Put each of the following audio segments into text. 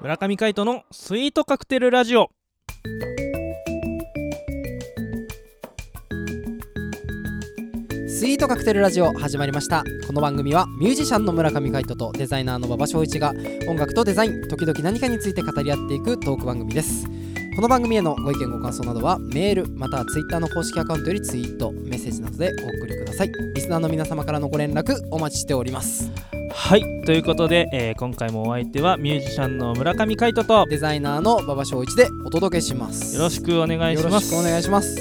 村上海人のスイートカクテルラジオスイートカクテルラジオ始まりましたこの番組はミュージシャンの村上海人とデザイナーの馬場翔一が音楽とデザイン時々何かについて語り合っていくトーク番組ですこの番組へのご意見ご感想などはメールまたはツイッターの公式アカウントよりツイートメッセージなどでお送りくださいリスナーの皆様からのご連絡お待ちしておりますはいということで、えー今回もお相手はミュージシャンの村上海人とデザイナーの馬場翔一でお届けしますよろしくお願いしよまろすしくお願いします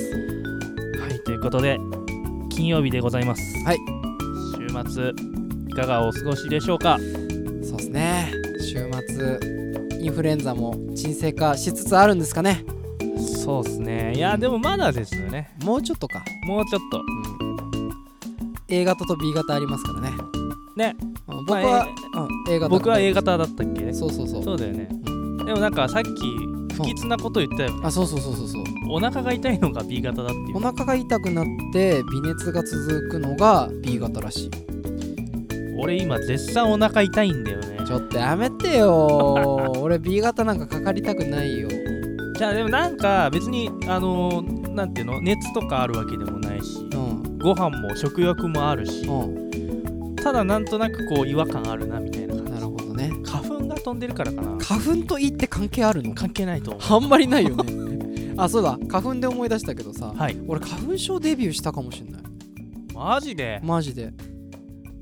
はいということで金曜日でございますはい週末いかがお過ごしでしょうかそうですね週末インフルエンザも沈静化しつつあるんですかねそうですねいやでもまだですよねもうちょっとかもうちょっと A 型と B 型ありますからねねうん僕は、まあうん A 型僕は A 型型だったっけそうそうそうそうだよねうでもなんかさっき不吉なこと言ったよねあそうそうそうそうそうお腹が痛いのが B 型だっていおう腹が痛くなって微熱が続くのが B 型らしい俺今絶賛お腹痛いんだよねちょっとやめ てよ俺 B 型なんかかかりたくないよじゃあでもなんか別にあのーなんていうの熱とかあるわけでもないしうんご飯も食欲もあるしうんただなんとなくこう違和感あるなみたいな感じなるほどね花粉が飛んでるからかな花粉といって関係あるの関係ないと思あんまりないよね あそうだ花粉で思い出したけどさうはい俺花粉症デビューしたかもしんないマジでマジで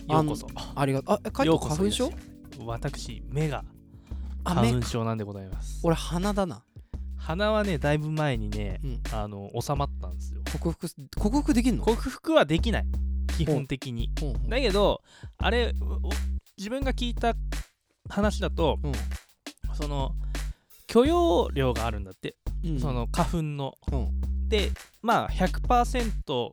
ようこそありがとうあえカイよトうこそ花粉症私目があ花め粉症なんでございます俺鼻だな鼻はねだいぶ前にねうんあの収まったんですよ克服す克服できんの克服はできない基本的にうんうんだけどあれお自分が聞いた話だとうんその許容量があるんだって、うんその花粉のうんでまあ100%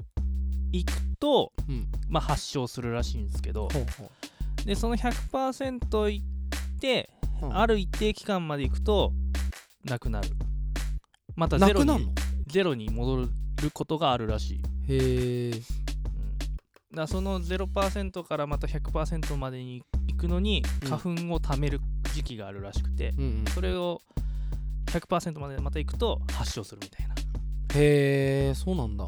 いくと、うんまあ、発症するらしいんですけどほうほでその100%いって、うんある一定期間までいくとなくなるまうたなゼロくなるにのゼロに戻ることがあるらしいうへえんだからその0%からまた100%までに行くのにうん花粉を貯める時期があるらしくて、うんうんそれを100%までまた行くと発症するみたいなへえそうなんだ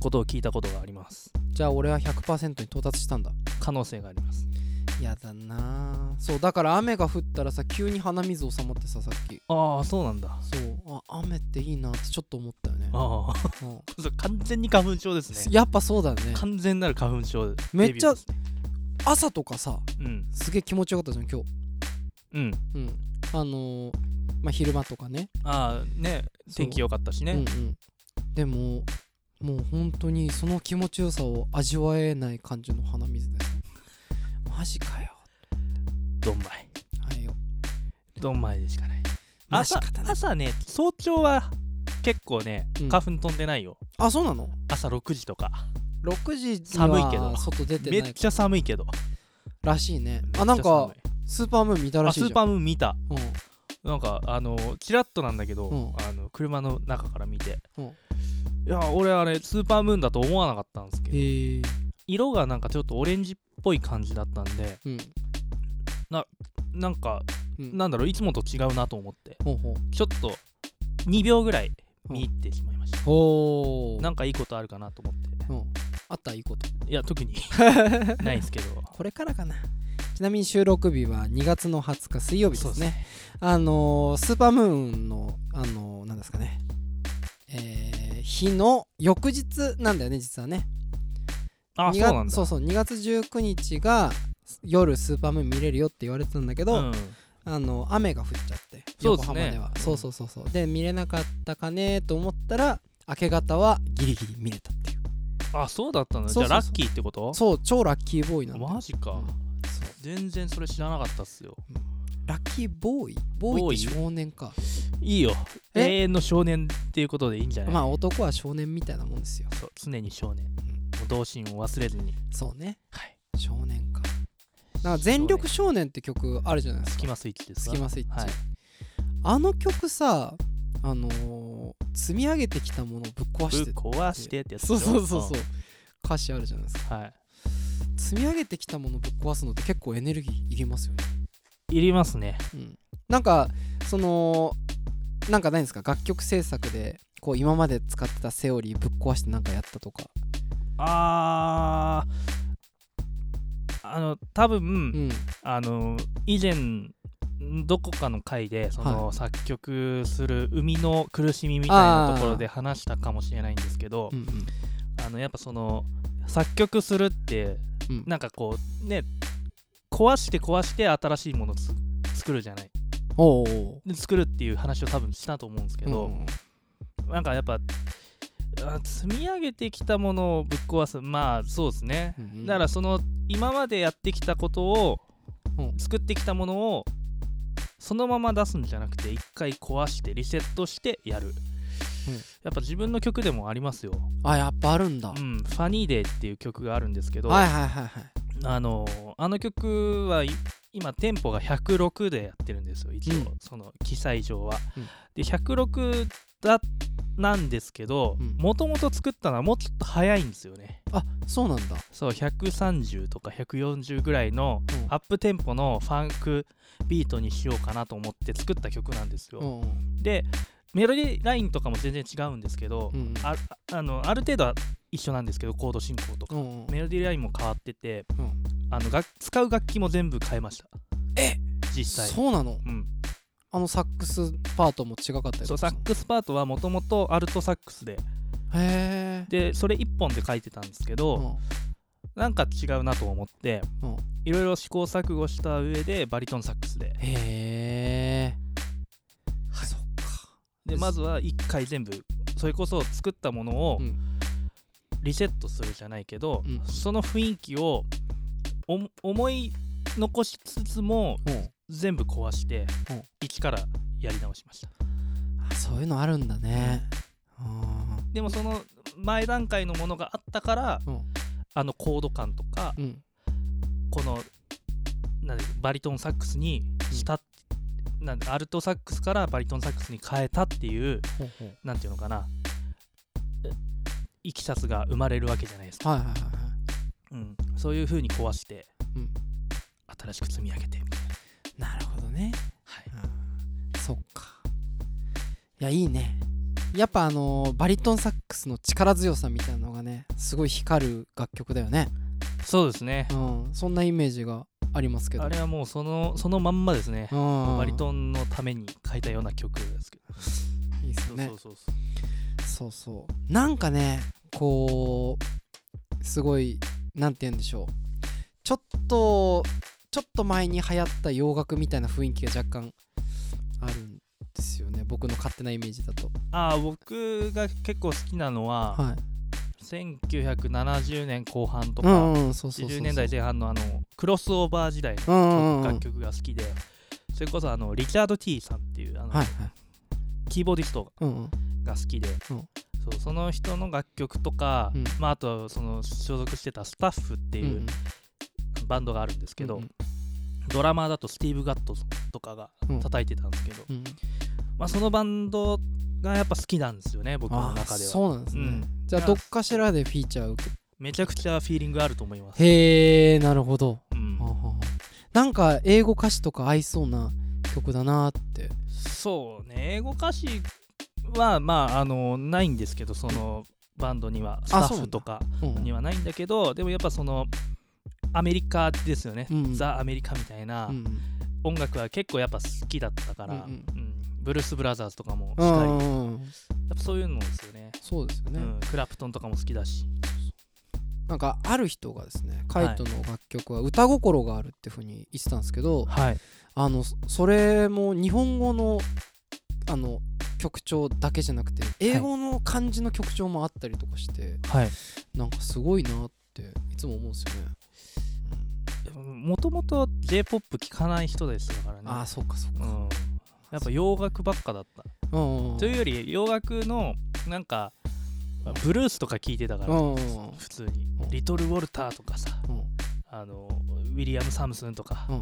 ことを聞いたことがありますじゃあ俺は100%に到達したんだ可能性がありますやだなあそうだから雨が降ったらさ急に鼻水収まってささっきああそうなんだそうあ雨っていいなってちょっと思ったよねあ あうんそう完全に花粉症ですねやっぱそうだよね完全なる花粉症デビューめっちゃですね朝とかさうんすげえ気持ちよかったじゃん今日うんうんあのー、まあ昼間とかねああね天気良かったしね、うんうん、でももう本当にその気持ちよさを味わえない感じの鼻水ですマジかよどんまいはいよどんまいでしかないまあ朝仕方ない朝ね早朝は結構ねうん花粉飛んでないよ、あそうなの朝6時とか6時には寒いけど外出てめないっちゃ寒いけどらしいねめっちゃあなんか寒いスーパームーン見たらあしスいじゃんーパームーン見たうん、なんかあのチラッとなんだけど、うんあの車の中から見て、うんいや俺あれスーパームーンだと思わなかったんですけどへえ色がなんかちょっとオレンジっぽい感じだったんでうんなんか、うんなんだろういつもと違うなと思ってほうほうちょっと2秒ぐらい見入ってしまいました、ほうなんかいいことあるかなと思ってうん、あったいいこといや 特にないんですけどこれからかなちなみに収録日は2月の20日水曜日でそうですすねあのースーパームーンのあのー、なんですかねえー日の翌日なんだよね実はねあそう2月なんだそうそう2月19日が夜スーパームーン見れるよって言われてたんだけど、うんあの雨が降っちゃってそう横ですね浜ではうんそうそうそうそうで見れなかったかねと思ったら明け方はギリギリ見れたっていうあそうだったんだそうそうそうじゃあラッキーってことそう超ラッキーボーイなんだよマジか、うんそう全然それ知らなかったっすよラッキーボーイボーイってボ少年かいいよえ永遠の少年っていうことでいいんじゃない、まあ男は少年みたいなもんですよそう常に少年もう童心を忘れずにそうねはい少年かなんか全力少年って曲あるじゃないですスかキマスイッチですスかキマスイッチ、はいあの曲さあのー積み上げてきたものをぶっ壊しぶって壊してってやつそうそうそうそうう歌詞あるじゃないですかは積み上げてきたものぶっ壊すのって結構エネルギーいりますよね、いいりますねうん、なんかそのなんかないんですか楽曲制作でこう今まで使ってたセオリーぶっ壊してなんかやったとかあーあの多分、うんあの以前どこかの回でその、は作曲する生みの苦しみみたいなところであ話したかもしれないんですけどうんうんあのやっぱその作曲するってうんなんかこうね壊して壊して新しいものつ作るじゃないおうおうで作るっていう話を多分したと思うんですけど、なんかやっぱあ積み上げてきたものをぶっ壊すまあそうですねうんうんだからその今までやってきたことをうん作ってきたものをそのまま出すんじゃなくて一回壊してリセットしてやる、やっぱ自分の曲でもありますよ「あやっぱあるんだ、うん、はフいァニーデー」っていう曲があるんですけど、はいはいはいあのあの曲はい今テンポが106でやってるんですよ一応、うんその記載上は、うんで106だなんですけどうんもともと作ったのはもうちょっと早いんですよねあそうなんだそう130とか140ぐらいのうんアップテンポのファンクビートにしようかなと思って作った曲なんですうよ。んうんでメロディーラインとかも全然違うんですけど、うんああのある程度は一緒なんですけどコード進行とか、うんうんメロディーラインも変わっててうんあのが使う楽器も全部変えました。え実際そうなのうん、あのサックスパートも違かったりそうサックスパートはもともとアルトサックスでへえでそれ1本で書いてたんですけど、なんか違うなと思ってうんうんいろいろ試行錯誤した上でバリトンサックスでへえ、はい、そっかでですまずは1回全部それこそ作ったものをうんリセットするじゃないけど、うんその雰囲気をお思い残しつつもうん全部壊してうん一からやり直しましたあそういうのあるんだねあでもその前段階のものがあったからーあのコード感とかうんうんこのなんでバリトンサックスにしたなんでアルトサックスからバリトンサックスに変えたっていうほうほうなんていうのかなえいきさつが生まれるわけじゃないですかはいはいはいはいうん、そういう風に壊して、うん新しく積み上げてみたいななるほどねはいあーそっかいやいいねやっぱあのーバリトンサックスの力強さみたいなのがねすごい光る楽曲だよねそうですねうんそんなイメージがありますけどあれはもうそのそのまんまですねうんバリトンのために書いたような曲ですけどいいですそようねそうそうそうそうそうなんかねこうすごいなんて言うんでしょうちょっとちょっと前に流行った洋楽みたいな雰囲気が若干あるんですよね僕の勝手なイメージだとああ僕が結構好きなのは、はい1970年後半とうか、んうんそうそうそうそう80年代前半のあのクロスオーバー時代のう曲んうんうん楽曲が好きでそれこそあのリチャード・ティさんっていうあの、はいはいキーボーディストうんうんが好きで、うんそうその人の楽曲とか、うんまあ、あとその所属してたスタッフってうんいううんバンドがあるんですけど、うんうんドラマーだとスティーブ・ガットとかがうん叩いてたんですけど、うんまあ、そのバンドがやっぱ好きなんですよね僕のあ中ーではそうなんですね、うんじゃあどっかしらでフィーチャーを受けめちゃくちゃフィーリングあると思います、へえなるほど、うんはあはあなんか英語歌詞とか合いそうな曲だなーってそうね英語歌詞はまああのないんですけどそのバンドにはスタッフとかうんうんにはないんだけどでもやっぱそのアメリカですよね、うんザ・アメリカみたいな、うんうん音楽は結構やっぱ好きだったから、うんうんうんブルース・ブラザーズとかもしうたり、んやっうんうんぱそういうのですよねそうですよね、うん、クラプトンとかも好きだしなんかある人がですねカイトの楽曲は歌心があるってふうに言ってたんですけど、はいあのそそれも日本語のあの曲調だけじゃなくて英語の漢字の曲調もあったりとかして、はいなんかすごいなっていつも思うんですよね、もともと j p o p 聴かない人ですからねああーそっかそっうか、ん、やっぱ洋楽ばっかだった、うんうんうん、というより洋楽のなんかブルースとか聴いてたかうら、んうんうん普通に、うんリトル・ウォルターとかさうんあのウィリアム・サムスンとか、うん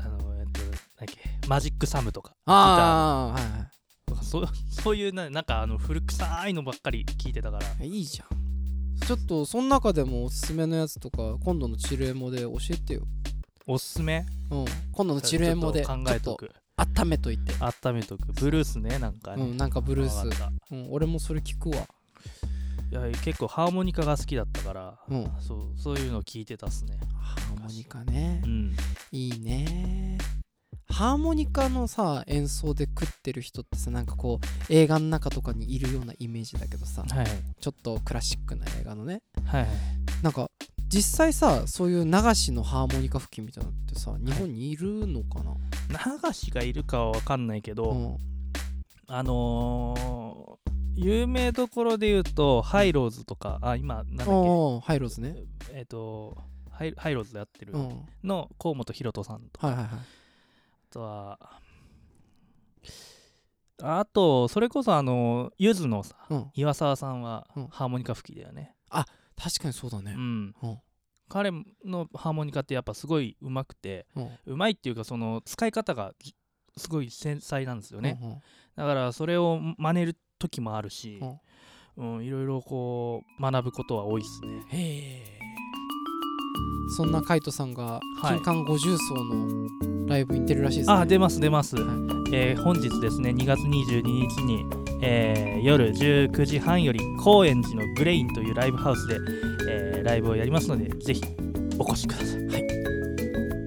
あのえっとなんだっけマジック・サムとかああはいはそうそういうななんかあの古臭いのばっかり聞いてたからいいいじゃんちょっとその中でもおすすめのやつとか今度のチルエモで教えてよ、おすすめうん、今度のチルエモでちちょょっと考えっととく温めといて、温めとくブルースねなんかうね、ん、なんかブルーわかっス、たうん、俺もそれ聞くわ、いや結構ハーモニカが好きだったから、うん、そうそういうの聞いてたっすねハーモニカねうんいいねハーモニカのさ演奏で食ってる人ってさなんかこう映画の中とかにいるようなイメージだけどさはいちょっとクラシックな映画のねはいはいなんか実際さそういう流しのハーモニカ付近みたいなのってさ日本にいるのかな、流しがいるかは分かんないけど、うん、あのー有名どころで言うとハイローズとかあ今なんだっけおーハイローズねえっ、とハイハイローズでやってるうんの河本大翔さんとはいはいはいあとはあとそれこそあのゆずのさうん岩沢さんはうんハーモニカ吹きだよね確かにそうだうねん、うん彼のハーモニカってやっぱすごいうまくてうんうまいっていうかその使い方がじすごい繊細なんですよね、うんうんだからそれを真似る時もあるし、うんうん、いろいろこう学ぶことは多いですね。へえそんなカイトさんがはい金管五重奏のライブ行ってるらしいですね、あ出ます出ます、はえー本日ですね2月22日に、えー夜19時半より高円寺のグレインというライブハウスで、えーライブをやりますのでぜひお越しください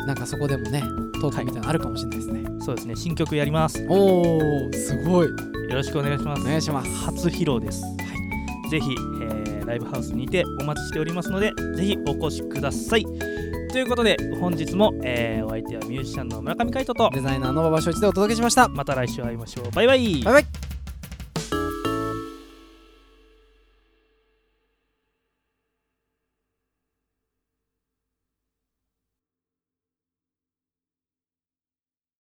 なんかそこでもねトークみたいなのあるかもしれないですね、そうですね新曲やりますよおおすごいろしくお願いしますお願いします初披露です、ぜひ、えーライブハウスにてお待ちしておりますのでぜひお越しくださいということで本日も、えーお相手はミュージシャンの村上海人とデザイナーの馬場正一でお届けしましたまた来週会いましょうバイバイバイバイ